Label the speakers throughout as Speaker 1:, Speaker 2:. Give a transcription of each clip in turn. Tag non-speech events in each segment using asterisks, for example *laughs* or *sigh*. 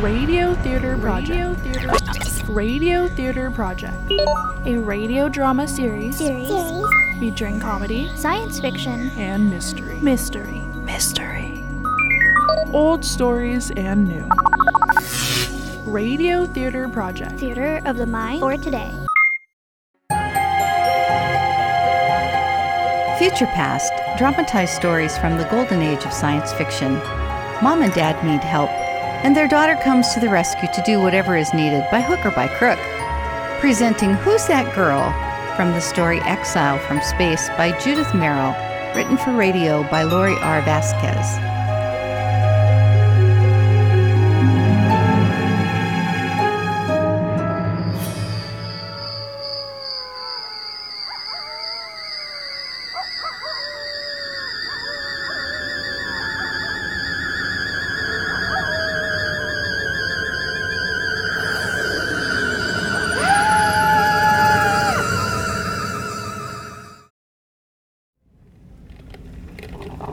Speaker 1: Radio Theater Project. Radio Theater, radio theater Project. A radio drama series
Speaker 2: series,
Speaker 1: featuring comedy
Speaker 2: science fiction,
Speaker 1: and mystery. Mystery. Mystery. Old stories and new. Radio Theater Project.
Speaker 2: theater of the mind for today.
Speaker 3: Future Past dramatized stories from the golden age of science fiction. Mom and dad need help, and their daughter comes to the rescue to do whatever is needed by hook or by crook. Presenting Who's That Girl from the story Exile from Space by Judith Merrill, written for radio by Lori R. Vasquez.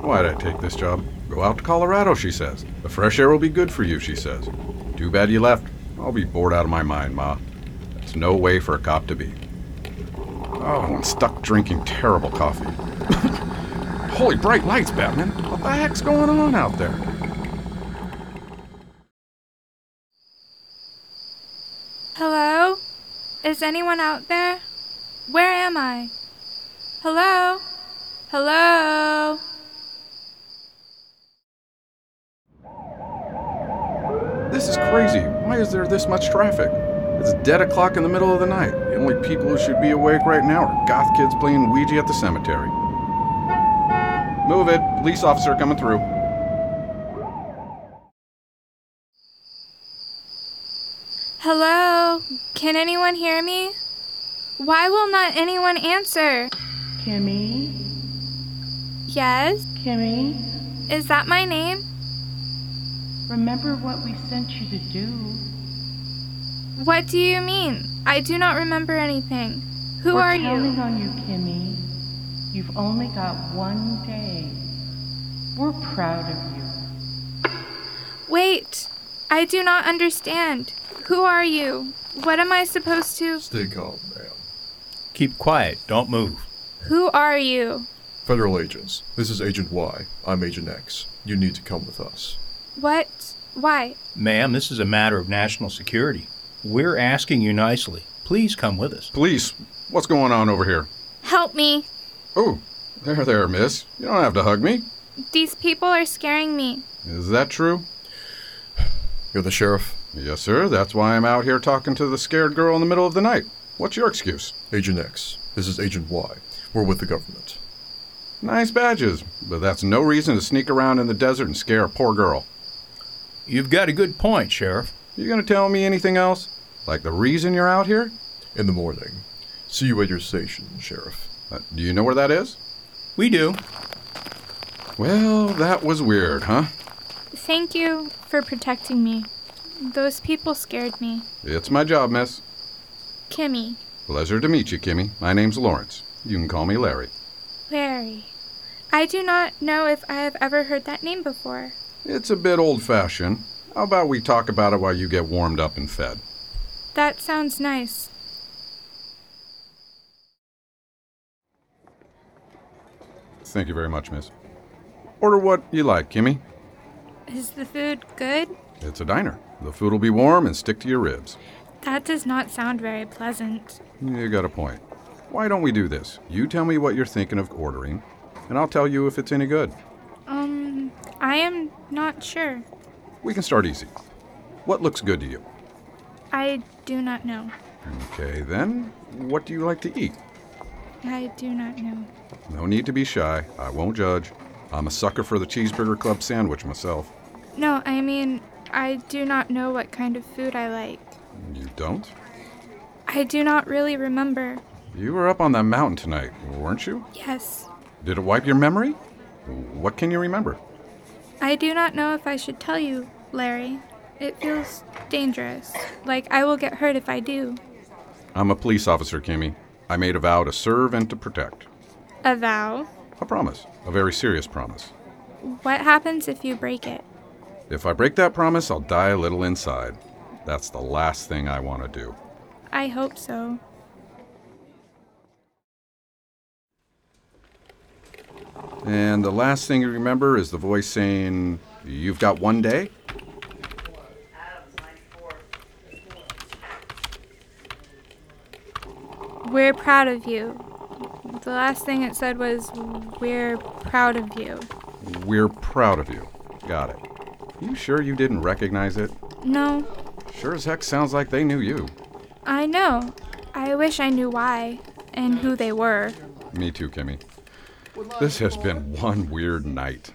Speaker 4: Why'd I take this job? Go out to Colorado, she says. The fresh air will be good for you, she says. Too bad you left. I'll be bored out of my mind, Ma. That's no way for a cop to be. Oh, I'm stuck drinking terrible coffee. *laughs* Holy bright lights, Batman. What the heck's going on out there?
Speaker 5: Hello? Is anyone out there? Where am I? Hello? Hello?
Speaker 4: This is crazy. Why is there this much traffic? It's dead o'clock in the middle of the night. The only people who should be awake right now are goth kids playing Ouija at the cemetery. Move it. Police officer coming through.
Speaker 5: Hello? Can anyone hear me? Why will not anyone answer?
Speaker 6: Kimmy,
Speaker 5: Yes?
Speaker 6: Kimmy,
Speaker 5: Is that my name?
Speaker 6: remember what we sent you to do.
Speaker 5: What do you mean? I do not remember anything. Who
Speaker 6: We're
Speaker 5: are
Speaker 6: counting
Speaker 5: you?
Speaker 6: on you, Kimmy. You've only got one day. We're proud of you.
Speaker 5: Wait. I do not understand. Who are you? What am I supposed to?
Speaker 7: Stay calm, ma'am.
Speaker 8: Keep quiet. Don't move.
Speaker 5: Who are you?
Speaker 7: Federal agents, this is Agent Y. I'm Agent X. You need to come with us.
Speaker 5: What? Why?
Speaker 8: Ma'am, this is a matter of national security. We're asking you nicely. Please come with us.
Speaker 4: Police, what's going on over here?
Speaker 5: Help me.
Speaker 4: Oh, there, there, miss. You don't have to hug me.
Speaker 5: These people are scaring me.
Speaker 4: Is that true?
Speaker 7: You're the sheriff?
Speaker 4: Yes, sir. That's why I'm out here talking to the scared girl in the middle of the night. What's your excuse?
Speaker 7: Agent X, this is Agent Y. We're with the government.
Speaker 4: Nice badges, but that's no reason to sneak around in the desert and scare a poor girl.
Speaker 8: You've got a good point, Sheriff.
Speaker 4: You gonna tell me anything else? Like the reason you're out here?
Speaker 7: In the morning. See you at your station, Sheriff.
Speaker 4: Uh, do you know where that is?
Speaker 8: We do.
Speaker 4: Well, that was weird, huh?
Speaker 5: Thank you for protecting me. Those people scared me.
Speaker 4: It's my job, miss.
Speaker 5: Kimmy,
Speaker 4: Pleasure to meet you, Kimmy. My name's Lawrence. You can call me Larry.
Speaker 5: Larry. I do not know if I have ever heard that name before.
Speaker 4: It's a bit old fashioned. How about we talk about it while you get warmed up and fed?
Speaker 5: That sounds nice.
Speaker 4: Thank you very much, miss. Order what you like, Kimmy.
Speaker 5: Is the food good?
Speaker 4: It's a diner. The food will be warm and stick to your ribs.
Speaker 5: That does not sound very pleasant.
Speaker 4: You got a point. Why don't we do this? You tell me what you're thinking of ordering, and I'll tell you if it's any good.
Speaker 5: Um, I am not sure.
Speaker 4: We can start easy. What looks good to you?
Speaker 5: I do not know.
Speaker 4: Okay, then, what do you like to eat?
Speaker 5: I do not know.
Speaker 4: No need to be shy. I won't judge. I'm a sucker for the Cheeseburger Club sandwich myself.
Speaker 5: No, I mean, I do not know what kind of food I like.
Speaker 4: You don't?
Speaker 5: I do not really remember.
Speaker 4: You were up on that mountain tonight, weren't you?
Speaker 5: Yes.
Speaker 4: Did it wipe your memory? What can you remember?
Speaker 5: I do not know if I should tell you, Larry. It feels dangerous. Like I will get hurt if I do.
Speaker 4: I'm a police officer, Kimmy. I made a vow to serve and to protect.
Speaker 5: A vow?
Speaker 4: A promise. A very serious promise.
Speaker 5: What happens if you break it?
Speaker 4: If I break that promise, I'll die a little inside. That's the last thing I want to do.
Speaker 5: I hope so.
Speaker 4: And the last thing to remember is the voice saying, You've got one day?
Speaker 5: We're proud of you. The last thing it said was, We're proud of you.
Speaker 4: We're proud of you. Got it. You sure you didn't recognize it?
Speaker 5: No,
Speaker 4: Sure as heck sounds like they knew you.
Speaker 5: I know. I wish I knew why and who they were.
Speaker 4: Me too, Kimmy. This has been one weird night.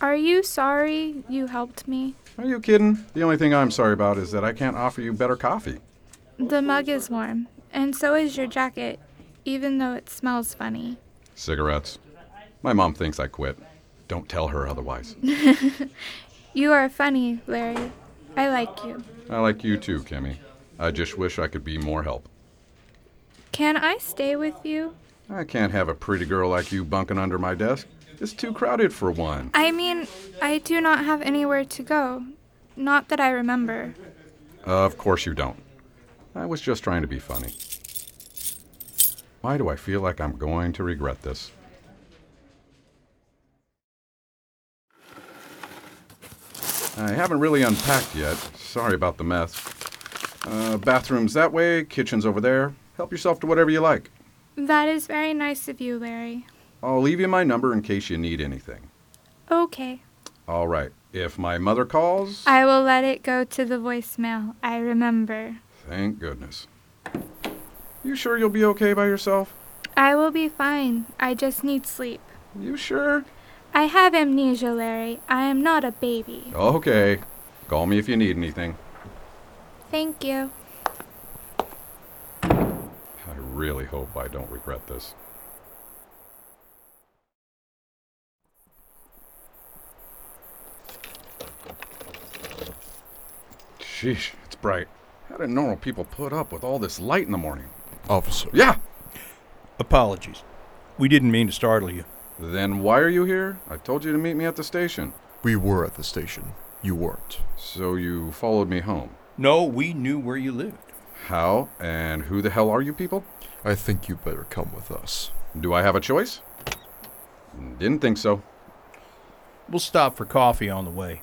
Speaker 5: Are you sorry you helped me?
Speaker 4: Are you kidding? The only thing I'm sorry about is that I can't offer you better coffee.
Speaker 5: The mug is warm, and so is your jacket, even though it smells funny.
Speaker 4: Cigarettes. My mom thinks I quit. Don't tell her otherwise.
Speaker 5: You are funny, Larry. I like you.
Speaker 4: *laughs* I like you too, Kimmy. I just wish I could be more help.
Speaker 5: Can I stay with you?
Speaker 4: I can't have a pretty girl like you bunking under my desk. It's too crowded for one.
Speaker 5: I mean, I do not have anywhere to go. Not that I remember.
Speaker 4: Of course you don't. I was just trying to be funny. Why do I feel like I'm going to regret this? I haven't really unpacked yet. Sorry about the mess. Uh, bathrooms that way, kitchen's over there. Help yourself to whatever you like.
Speaker 5: That is very nice of you, Larry.
Speaker 4: I'll leave you my number in case you need anything.
Speaker 5: Okay.
Speaker 4: All right. If my mother calls,
Speaker 5: I will let it go to the voicemail. I remember.
Speaker 4: thank goodness. You sure you'll be okay by yourself?
Speaker 5: I will be fine. I just need sleep.
Speaker 4: You sure?
Speaker 5: I have amnesia, Larry. I am not a baby.
Speaker 4: Okay. Call me if you need anything.
Speaker 5: Thank you.
Speaker 4: I really hope I don't regret this. Sheesh, it's bright. How do normal people put up with all this light in the morning?
Speaker 7: Officer.
Speaker 4: Yeah!
Speaker 8: Apologies. We didn't mean to startle you.
Speaker 4: Then why are you here? I told you to meet me at the station.
Speaker 7: We were at the station. You weren't.
Speaker 4: So you followed me home.
Speaker 8: No, we knew where you lived.
Speaker 4: How and who the hell are you people?
Speaker 7: I think you better come with us.
Speaker 4: Do I have a choice? Didn't think so.
Speaker 8: We'll stop for coffee on the way.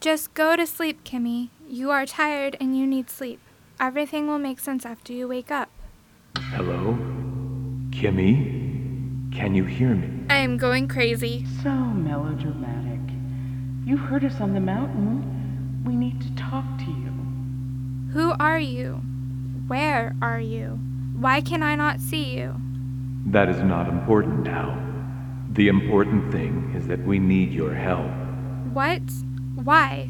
Speaker 5: Just go to sleep, Kimmy. You are tired and you need sleep. Everything will make sense after you wake up.
Speaker 9: Hello? Kimmy? Can you hear me?
Speaker 5: I am going crazy.
Speaker 6: So melodramatic. You heard us on the mountain. We need to talk to you.
Speaker 5: Who are you? Where are you? Why can I not see you?
Speaker 9: That is not important now. The important thing is that we need your help.
Speaker 5: What? Why?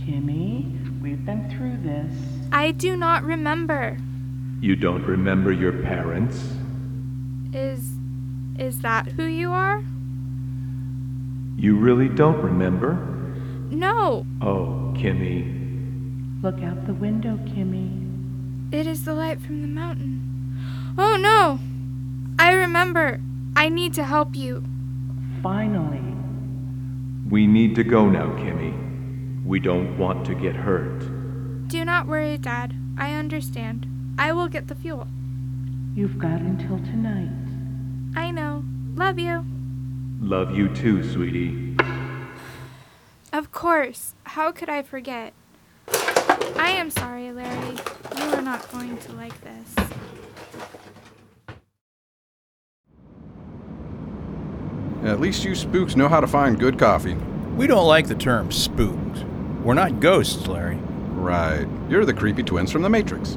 Speaker 6: Kimmy, we've been through this.
Speaker 5: I do not remember.
Speaker 9: You don't remember your parents?
Speaker 5: Is is that who you are?
Speaker 9: You really don't remember?
Speaker 5: No.
Speaker 9: Oh, Kimmy.
Speaker 6: Look out the window, Kimmy.
Speaker 5: It is the light from the mountain. Oh no. I remember. I need to help you.
Speaker 6: Finally.
Speaker 9: We need to go now, Kimmy. We don't want to get hurt.
Speaker 5: Do not worry, Dad. I understand. I will get the fuel.
Speaker 6: You've got until tonight.
Speaker 5: I know. Love you.
Speaker 9: Love you too, sweetie.
Speaker 5: Of course. How could I forget? I am sorry, Larry. You are not going to like this.
Speaker 4: At least you spooks know how to find good coffee.
Speaker 8: We don't like the term spooked. We're not ghosts, Larry.
Speaker 4: Right. You're the creepy twins from the Matrix.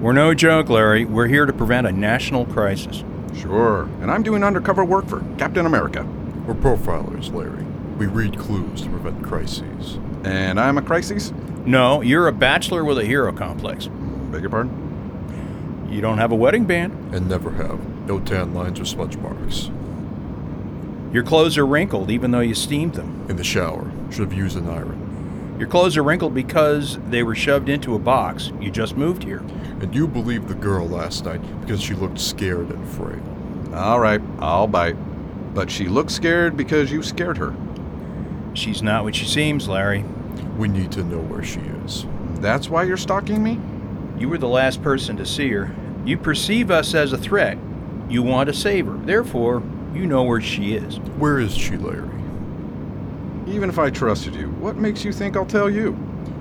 Speaker 8: We're no joke, Larry. We're here to prevent a national crisis.
Speaker 4: Sure. And I'm doing undercover work for Captain America.
Speaker 7: We're profilers, Larry. We read clues to prevent crises.
Speaker 4: And I'm a crisis?
Speaker 8: No, you're a bachelor with a hero complex.
Speaker 4: Beg your pardon?
Speaker 8: You don't have a wedding band.
Speaker 7: And never have. No tan lines or smudge marks.
Speaker 8: Your clothes are wrinkled even though you steamed them.
Speaker 7: In the shower. Should have used an iron.
Speaker 8: Your clothes are wrinkled because they were shoved into a box. You just moved here.
Speaker 7: And you believed the girl last night because she looked scared and frail.
Speaker 4: All right, I'll bite. But she looked scared because you scared her.
Speaker 8: She's not what she seems, Larry.
Speaker 7: We need to know where she is.
Speaker 4: That's why you're stalking me?
Speaker 8: You were the last person to see her. You perceive us as a threat. You want to save her. Therefore, you know where she is.
Speaker 7: Where is she, Larry?
Speaker 4: Even if I trusted you, what makes you think I'll tell you?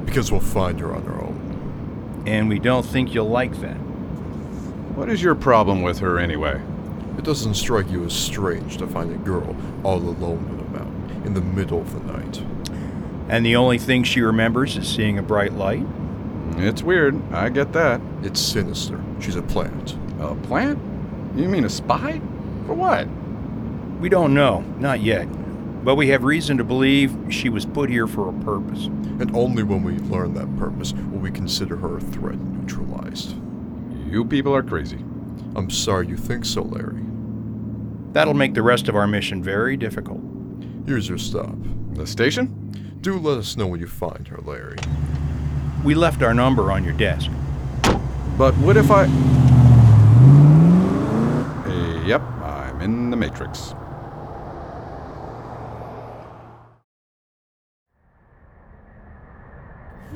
Speaker 7: Because we'll find her on our own.
Speaker 8: And we don't think you'll like that.
Speaker 4: What is your problem with her anyway?
Speaker 7: It doesn't strike you as strange to find a girl all alone in a mountain in the middle of the night.
Speaker 8: And the only thing she remembers is seeing a bright light.
Speaker 4: It's weird, I get that.
Speaker 7: It's sinister. She's a plant.
Speaker 4: A plant? You mean a spy? For what?
Speaker 8: We don't know, not yet. But we have reason to believe she was put here for a purpose.
Speaker 7: And only when we learn that purpose will we consider her a threat and neutralized.
Speaker 4: You people are crazy.
Speaker 7: I'm sorry you think so, Larry.
Speaker 8: That'll make the rest of our mission very difficult.
Speaker 7: Here's your stop.
Speaker 4: The station?
Speaker 7: Do let us know when you find her, Larry.
Speaker 8: We left our number on your desk.
Speaker 4: But what if I. Eh, Yep, I'm in the Matrix.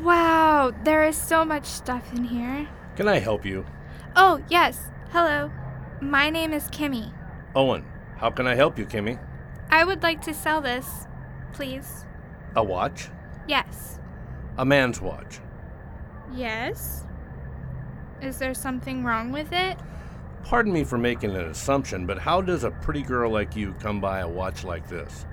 Speaker 5: Wow, there is so much stuff in here.
Speaker 10: Can I help you?
Speaker 5: Oh, yes. Hello. My name is Kimmy.
Speaker 10: Owen, how can I help you, Kimmy?
Speaker 5: I would like to sell this, please.
Speaker 10: A watch?
Speaker 5: Yes.
Speaker 10: A man's watch.
Speaker 5: Yes? Is there something wrong with it?
Speaker 10: Pardon me for making an assumption, but how does a pretty girl like you come by a watch like this?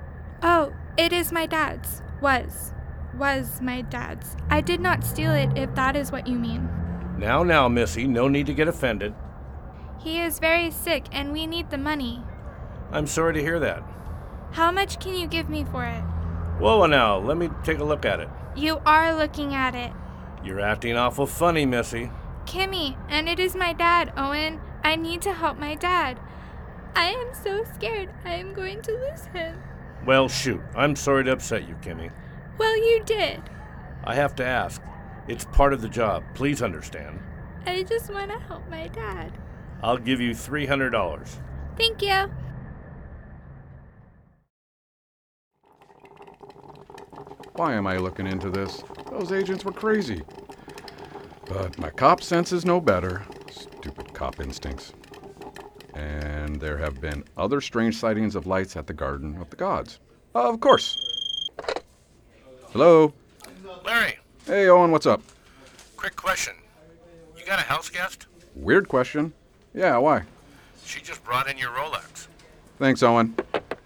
Speaker 5: Oh, it is my dad's. Was. Was my dad's. I did not steal it, if that is what you mean.
Speaker 10: Now, now, Missy, no need to get offended.
Speaker 5: He is very sick and we need the money.
Speaker 10: I'm sorry to hear that.
Speaker 5: How much can you give me for it?
Speaker 10: Whoa, now, let me take a look at it.
Speaker 5: You are looking at it.
Speaker 10: You're acting awful funny, Missy.
Speaker 5: Kimmy, and it is my dad, Owen. I need to help my dad. I am so scared. I am going to lose him.
Speaker 10: Well, shoot, I'm sorry to upset you, Kimmy.
Speaker 5: Well, you did.
Speaker 10: I have to ask. It's part of the job. Please understand.
Speaker 5: I just want to help my dad.
Speaker 10: I'll give you $300.
Speaker 5: Thank you.
Speaker 4: Why am I looking into this? Those agents were crazy. But my cop sense is no better. Stupid cop instincts. And there have been other strange sightings of lights at the Garden of the Gods. Of course. Hello.
Speaker 10: Larry,
Speaker 4: Hey, Owen, what's up?
Speaker 10: quick question. You got a house guest?
Speaker 4: Weird question. Yeah, why?
Speaker 10: She just brought in your Rolex.
Speaker 4: Thanks, Owen.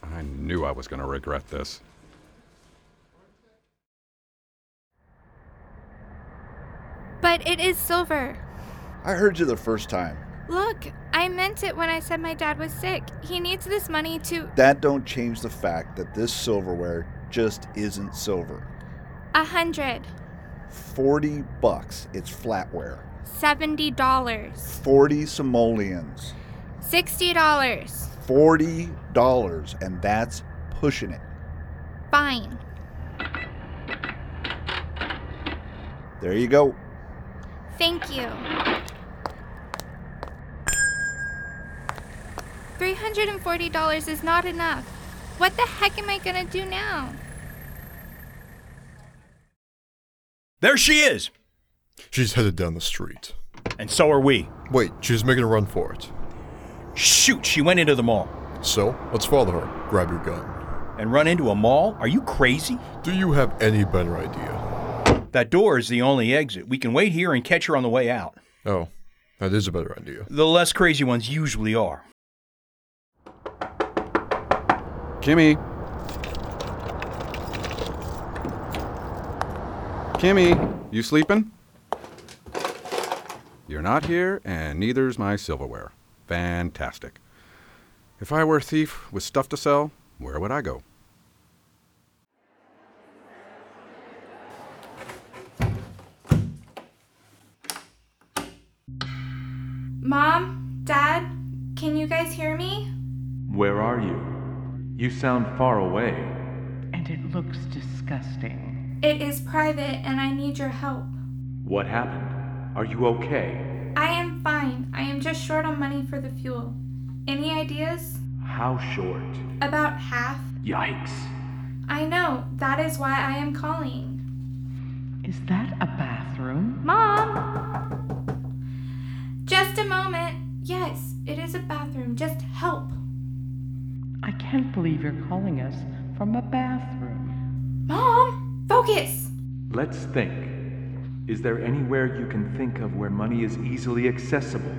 Speaker 4: I knew I was going to regret this.
Speaker 5: But it is silver.
Speaker 11: I heard you the first time.
Speaker 5: Look, I meant it when I said my dad was sick. He needs this money to.
Speaker 11: That don't change the fact that this silverware just isn't silver.
Speaker 5: A hundred.
Speaker 11: 40 bucks, it's flatware.
Speaker 5: Seventy dollars.
Speaker 11: 40 simoleons.
Speaker 5: Sixty dollars.
Speaker 11: $40, and that's pushing it.
Speaker 5: Fine.
Speaker 11: There you go.
Speaker 5: Thank you. $340 is not enough. What the heck am I gonna do now?
Speaker 8: There she is!
Speaker 7: She's headed down the street.
Speaker 8: And so are we.
Speaker 7: Wait, she's making a run for it.
Speaker 8: Shoot, she went into the mall.
Speaker 7: So, let's follow her. Grab your gun.
Speaker 8: And run into a mall? Are you crazy?
Speaker 7: Do you have any better idea?
Speaker 8: That door is the only exit. We can wait here and catch her on the way out.
Speaker 7: Oh, that is a better idea.
Speaker 8: The less crazy ones usually are.
Speaker 4: Kimmy. Kimmy, you sleeping? You're not here, and neither's my silverware. Fantastic. If I were a thief with stuff to sell, where would I go?
Speaker 5: Mom? Dad? Can you guys hear me?
Speaker 9: Where are you? You sound far away.
Speaker 6: And it looks disgusting.
Speaker 5: It is private and I need your help.
Speaker 9: What happened? Are you okay?
Speaker 5: I am fine. I am just short on money for the fuel. Any ideas?
Speaker 9: How short?
Speaker 5: About half?
Speaker 9: Yikes.
Speaker 5: I know, that is why I am calling.
Speaker 6: Is that a bathroom?
Speaker 5: Mom! Just a moment. Yes, it is a bathroom. Just help.
Speaker 6: I can't believe you're calling us from a bathroom.
Speaker 5: Mom! Focus!
Speaker 9: Let's think. Is there anywhere you can think of where money is easily accessible?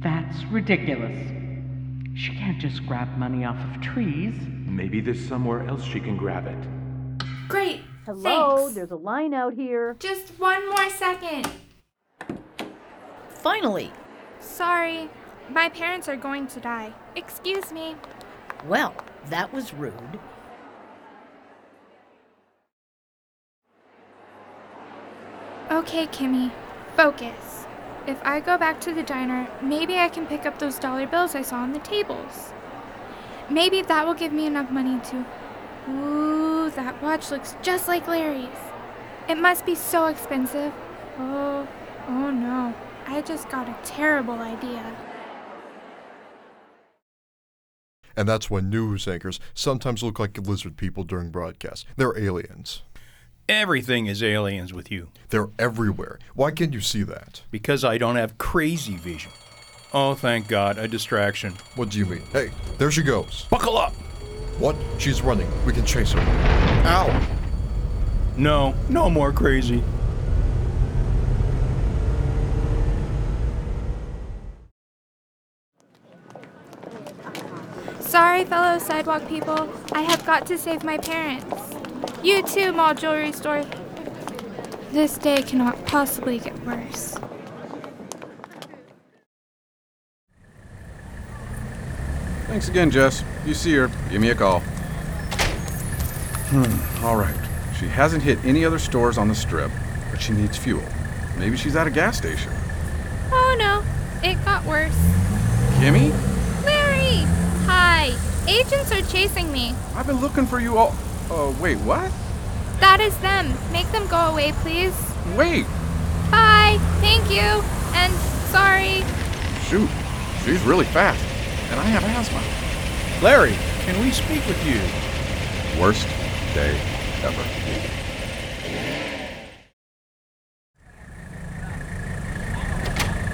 Speaker 6: That's ridiculous. She can't just grab money off of trees.
Speaker 9: Maybe there's somewhere else she can grab it.
Speaker 5: Great.
Speaker 12: Hello,
Speaker 5: Thanks.
Speaker 12: Oh, there's a line out here.
Speaker 5: Just one more second.
Speaker 12: Finally.
Speaker 5: Sorry, my parents are going to die. Excuse me.
Speaker 12: Well, that was rude.
Speaker 5: Okay, Kimmy, focus. If I go back to the diner, maybe I can pick up those dollar bills I saw on the tables. Maybe that will give me enough money to. Ooh, that watch looks just like Larry's. It must be so expensive. Oh, oh no. I just got a terrible idea.
Speaker 7: And that's why news anchors sometimes look like lizard people during broadcasts. They're aliens.
Speaker 8: Everything is aliens with you.
Speaker 7: They're everywhere. Why can't you see that?
Speaker 8: Because I don't have crazy vision. Oh, thank God, a distraction.
Speaker 7: What do you mean? Hey, there she goes.
Speaker 8: Buckle up!
Speaker 7: What? She's running. We can chase her. Ow!
Speaker 8: No, no more crazy.
Speaker 5: Sorry, fellow sidewalk people. I have got to save my parents. You too, mall jewelry store. This day cannot possibly get worse.
Speaker 4: Thanks again, Jess. If you see her, give me a call. Hmm, all right. She hasn't hit any other stores on the strip, but she needs fuel. Maybe she's at a gas station.
Speaker 5: Oh no, it got worse.
Speaker 4: Kimmy?
Speaker 5: Larry! Hi! Agents are chasing me.
Speaker 4: I've been looking for you all. Uh, wait, what?
Speaker 5: That is them. Make them go away, please.
Speaker 4: Wait!
Speaker 5: Bye! Thank you! And sorry.
Speaker 4: Shoot, she's really fast, and I have asthma.
Speaker 8: Larry, can we speak with you?
Speaker 4: Worst day ever.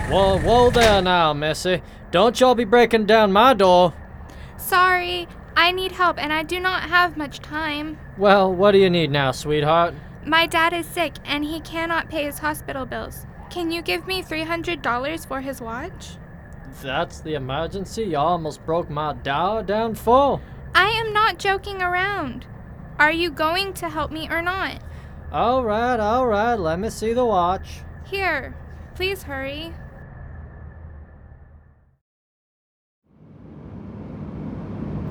Speaker 13: Whoa, whoa there now, Missy. Don't y'all be breaking down my door.
Speaker 5: Sorry, I need help and I do not have much time.
Speaker 13: Well, what do you need now, sweetheart?
Speaker 5: My dad is sick and he cannot pay his hospital bills. Can you give me $300 for his watch?
Speaker 13: That's the emergency you almost broke my dower down for.
Speaker 5: I am not joking around. Are you going to help me or not?
Speaker 13: All right, all right, let me see the watch.
Speaker 5: Here, please hurry.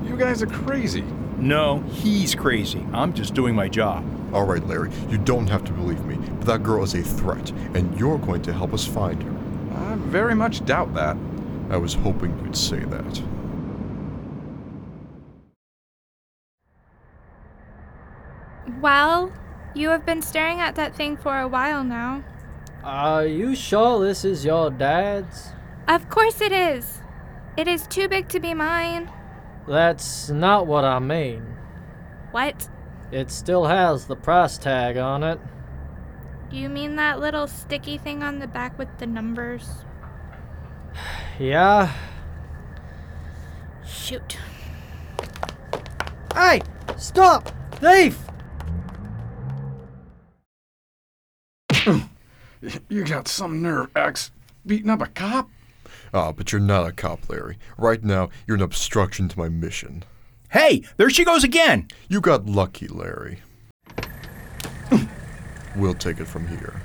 Speaker 4: You guys are crazy.
Speaker 8: No, he's crazy. I'm just doing my job.
Speaker 7: All right, Larry, you don't have to believe me, but that girl is a threat, and you're going to help us find her.
Speaker 4: I very much doubt that.
Speaker 7: I was hoping you'd say that.
Speaker 5: Well, you have been staring at that thing for a while now.
Speaker 13: Are you sure this is your dad's?
Speaker 5: Of course it is. It is too big to be mine.
Speaker 13: That's not what I mean.
Speaker 5: What?
Speaker 13: It still has the price tag on it.
Speaker 5: You mean that little sticky thing on the back with the numbers?
Speaker 13: Yeah.
Speaker 5: Shoot.
Speaker 13: Hey! Stop! Thief!
Speaker 4: You got some nerve, X. Beating up a cop?
Speaker 7: Ah, but you're not a cop, Larry. Right now, you're an obstruction to my mission.
Speaker 8: Hey, there she goes again!
Speaker 7: You got lucky, Larry. we'll take it from here.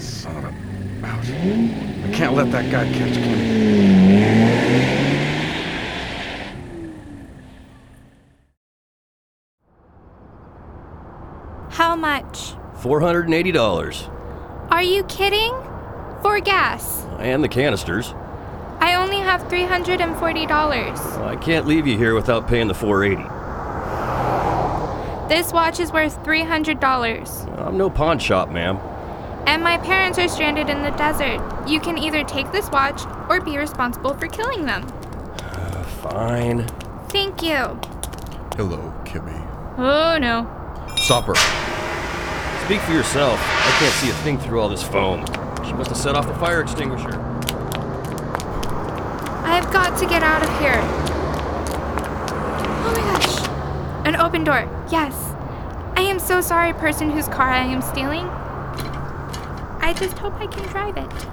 Speaker 4: Son of a. Ouch. I can't let that guy catch Kimmy.
Speaker 5: How much?
Speaker 14: $480.
Speaker 5: Are you kidding? For gas.
Speaker 14: And the canisters.
Speaker 5: I only have $340.
Speaker 14: I can't leave you here without paying the 480.
Speaker 5: This watch is worth $300.
Speaker 14: I'm no pawn shop, ma'am.
Speaker 5: And my parents are stranded in the desert. You can either take this watch or be responsible for killing them.
Speaker 14: Fine.
Speaker 5: Thank you.
Speaker 7: Hello, Kimmy.
Speaker 5: Oh no.
Speaker 7: Stop her.
Speaker 14: Speak for yourself. I can't see a thing through all this foam. She must have set off the fire extinguisher.
Speaker 5: I've got to get out of here. Oh my gosh. An open door. Yes. I am so sorry, person whose car I am stealing. I just hope I can drive it.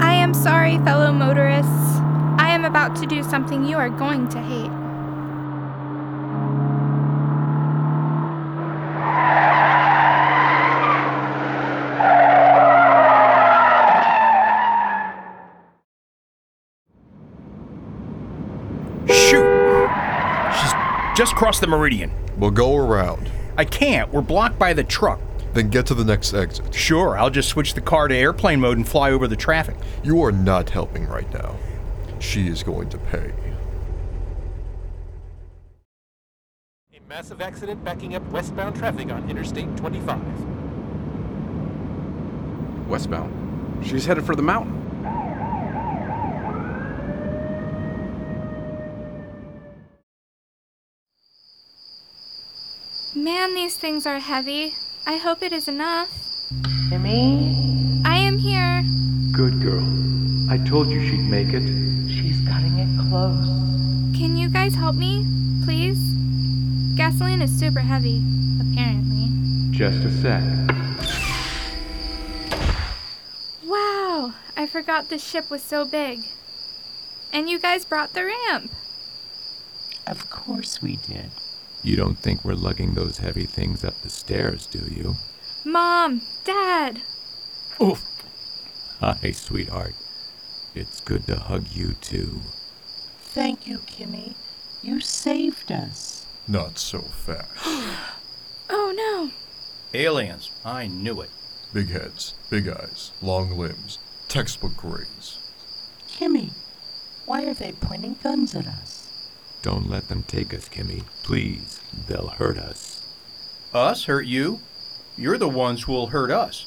Speaker 5: I am sorry, fellow motorists. I am about to do something you are going to hate.
Speaker 8: She's just crossed the meridian.
Speaker 7: We'll go around.
Speaker 8: I can't. We're blocked by the truck.
Speaker 7: Then get to the next exit.
Speaker 8: Sure, I'll just switch the car to airplane mode and fly over the traffic.
Speaker 7: You are not helping right now. She is going to pay.
Speaker 15: A massive accident backing up westbound traffic on Interstate 25.
Speaker 4: Westbound. She's headed for the mountain.
Speaker 5: Man, these things are heavy. I hope it is enough.
Speaker 6: Kimmy?
Speaker 5: I am here.
Speaker 9: Good girl. I told you she'd make it.
Speaker 6: She's cutting it close.
Speaker 5: Can you guys help me, please? Gasoline is super heavy, apparently.
Speaker 9: Just a sec.
Speaker 5: Wow, I forgot this ship was so big. And you guys brought the ramp.
Speaker 16: Of course we did.
Speaker 17: You don't think we're lugging those heavy things up the stairs, do you?
Speaker 5: Mom, Dad,
Speaker 17: Hi, sweetheart. It's good to hug you, too.
Speaker 16: Thank you, Kimmy. You saved us.
Speaker 7: Not so fast.
Speaker 5: Oh no.
Speaker 8: Aliens. I knew it.
Speaker 7: Big heads, big eyes, long limbs, textbook grades.
Speaker 16: Kimmy, why are they pointing guns at us?
Speaker 17: Don't let them take us, Kimmy. Please, they'll hurt us.
Speaker 8: Us hurt you? You're the ones who'll hurt us.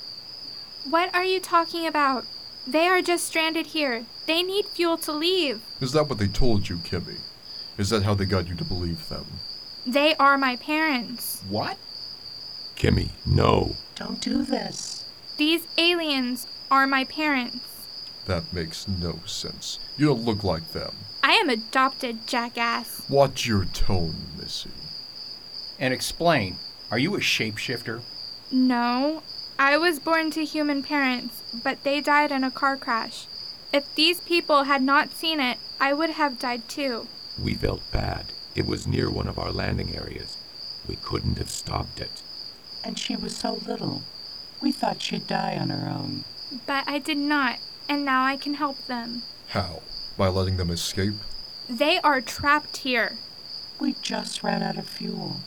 Speaker 5: What are you talking about? They are just stranded here. They need fuel to leave.
Speaker 7: Is that what they told you, Kimmy? Is that how they got you to believe them?
Speaker 5: They are my parents.
Speaker 8: What?
Speaker 17: Kimmy, no.
Speaker 16: Don't do this.
Speaker 5: These aliens are my parents.
Speaker 7: That makes no sense. You don't look like them.
Speaker 5: I am adopted, jackass.
Speaker 7: Watch your tone, Missy.
Speaker 8: And explain. Are you a shapeshifter?
Speaker 5: No, I was born to human parents, but they died in a car crash. If these people had not seen it, I would have died too.
Speaker 17: We felt bad. It was near one of our landing areas. We couldn't have stopped it.
Speaker 16: And she was so little. We thought she'd die on her own.
Speaker 5: But I did not, and now I can help them.
Speaker 7: How? By letting them escape?
Speaker 5: They are trapped here.
Speaker 16: We just ran out of fuel.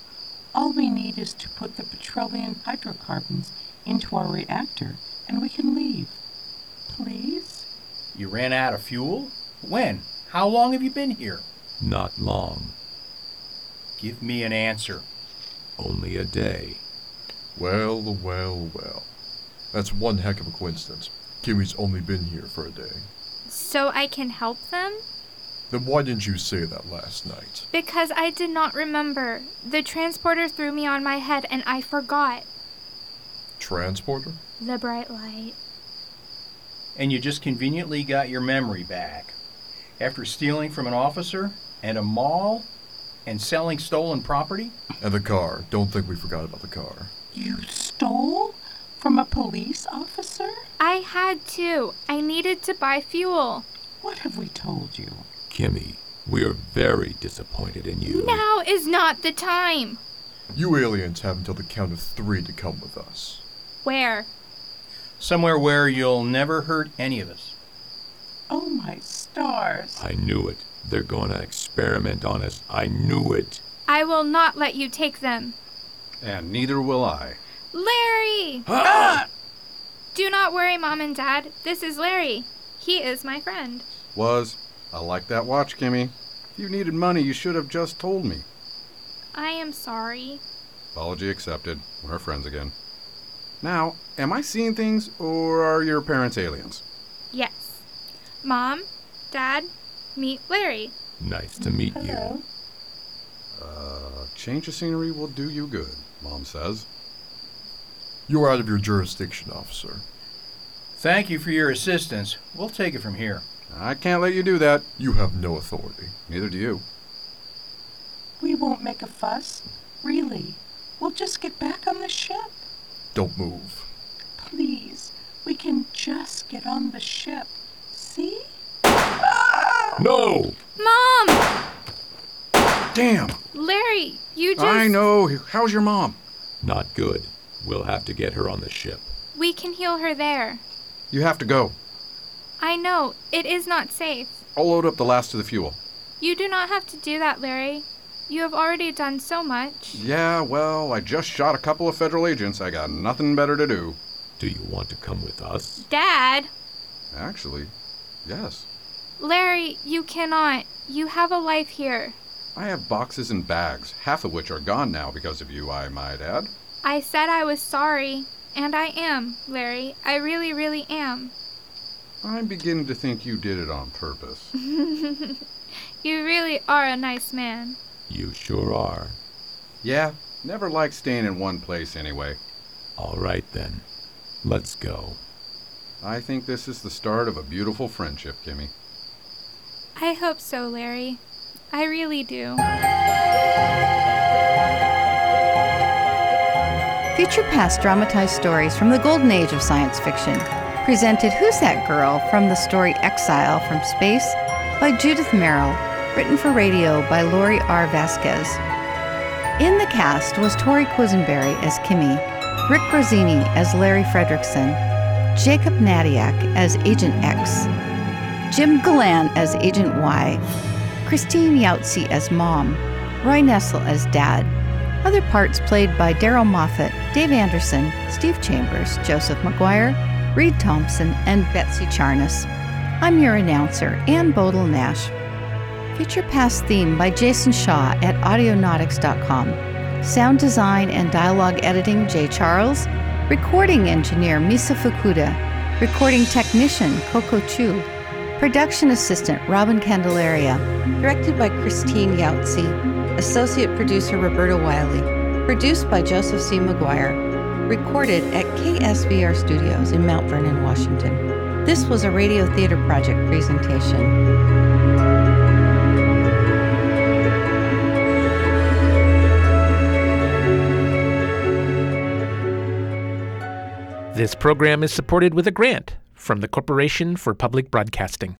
Speaker 16: All we need is to put the petroleum hydrocarbons into our reactor, and we can leave. Please?
Speaker 8: You ran out of fuel? When? How long have you been here?
Speaker 17: Not long.
Speaker 8: Give me an answer.
Speaker 17: Only a day.
Speaker 7: Well, well, well. That's one heck of a coincidence. Kimmy's only been here for a day.
Speaker 5: So I can help them?
Speaker 7: Then why didn't you say that last night?
Speaker 5: Because I did not remember. The transporter threw me on my head and I forgot.
Speaker 7: Transporter?
Speaker 5: The bright light.
Speaker 8: And you just conveniently got your memory back. After stealing from an officer and a mall and selling stolen property?
Speaker 7: And the car. Don't think we forgot about the car.
Speaker 16: You stole from a police officer?
Speaker 5: I had to. I needed to buy fuel.
Speaker 16: What have we told you?
Speaker 17: Kimmy, we are very disappointed in you.
Speaker 5: Now is not the time.
Speaker 7: You aliens have until the count of three to come with us.
Speaker 5: Where?
Speaker 8: Somewhere where you'll never hurt any of us.
Speaker 16: Oh my stars.
Speaker 17: I knew it. They're going to experiment on us. I knew it.
Speaker 5: I will not let you take them.
Speaker 4: And neither will I.
Speaker 5: Larry!
Speaker 17: Ah!
Speaker 5: Do not worry, Mom and Dad. This is Larry. He is my friend.
Speaker 4: Was. I like that watch, Kimmy. If you needed money, you should have just told me.
Speaker 5: I am sorry.
Speaker 4: Apology accepted. We're friends again. Now, am I seeing things, or are your parents aliens?
Speaker 5: Yes. Mom, Dad, meet Larry.
Speaker 17: Nice to meet you.
Speaker 4: Uh, change of scenery will do you good, Mom says.
Speaker 7: You're out of your jurisdiction, officer.
Speaker 8: Thank you for your assistance. We'll take it from here.
Speaker 4: I can't let you do that.
Speaker 7: You have no authority.
Speaker 4: Neither do you.
Speaker 16: We won't make a fuss. Really. We'll just get back on the ship.
Speaker 7: Don't move.
Speaker 16: Please. We can just get on the ship. See?
Speaker 7: No!
Speaker 5: Mom!
Speaker 4: Damn!
Speaker 5: Larry, you just.
Speaker 4: I know. How's your mom?
Speaker 17: Not good. We'll have to get her on the ship.
Speaker 5: We can heal her there.
Speaker 4: You have to go.
Speaker 5: I know, it is not safe.
Speaker 4: I'll load up the last of the fuel.
Speaker 5: You do not have to do that, Larry. You have already done so much.
Speaker 4: Yeah, well, I just shot a couple of federal agents. I got nothing better to do.
Speaker 17: Do you want to come with us?
Speaker 5: Dad,
Speaker 4: Actually, yes.
Speaker 5: Larry, you cannot. You have a life here.
Speaker 4: I have boxes and bags, half of which are gone now because of you, I might add.
Speaker 5: I said I was sorry, and I am, Larry. I really, really am.
Speaker 4: I'm beginning to think you did it on purpose.
Speaker 5: you really are a nice man.
Speaker 17: You sure are.
Speaker 4: Yeah, never like staying in one place anyway.
Speaker 17: All right then. Let's go.
Speaker 4: I think this is the start of a beautiful friendship, Kimmy.
Speaker 5: I hope so, Larry. I really do.
Speaker 3: Future Past dramatized stories from the golden age of science fiction. Presented Who's That Girl from the story Exile from Space by Judith Merrill, written for radio by Lori R. Vasquez. In the cast was Tori Quisenberry as Kimmy, Rick Grozzini as Larry Fredrickson, Jacob Nadiak as Agent X, Jim Galan as Agent Y, Christine Yautzi as Mom, Roy Nessel as Dad, other parts played by Daryl Moffat, Dave Anderson, Steve Chambers, Joseph McGuire, Reed Thompson, and Betsy Charnas. I'm your announcer, Ann Bodel Nash. Future Past theme by Jason Shaw at Audionautics.com. Sound design and dialogue editing Jay Charles. Recording engineer Misa Fukuda. Recording technician Coco Chu. Production assistant Robin Candelaria. Directed by Christine Yautzi. Associate producer Roberta Wiley. Produced by Joseph C. McGuire. Recorded at KSVR Studios in Mount Vernon, Washington. This was a radio theater project presentation.
Speaker 15: This program is supported with a grant from the Corporation for Public Broadcasting.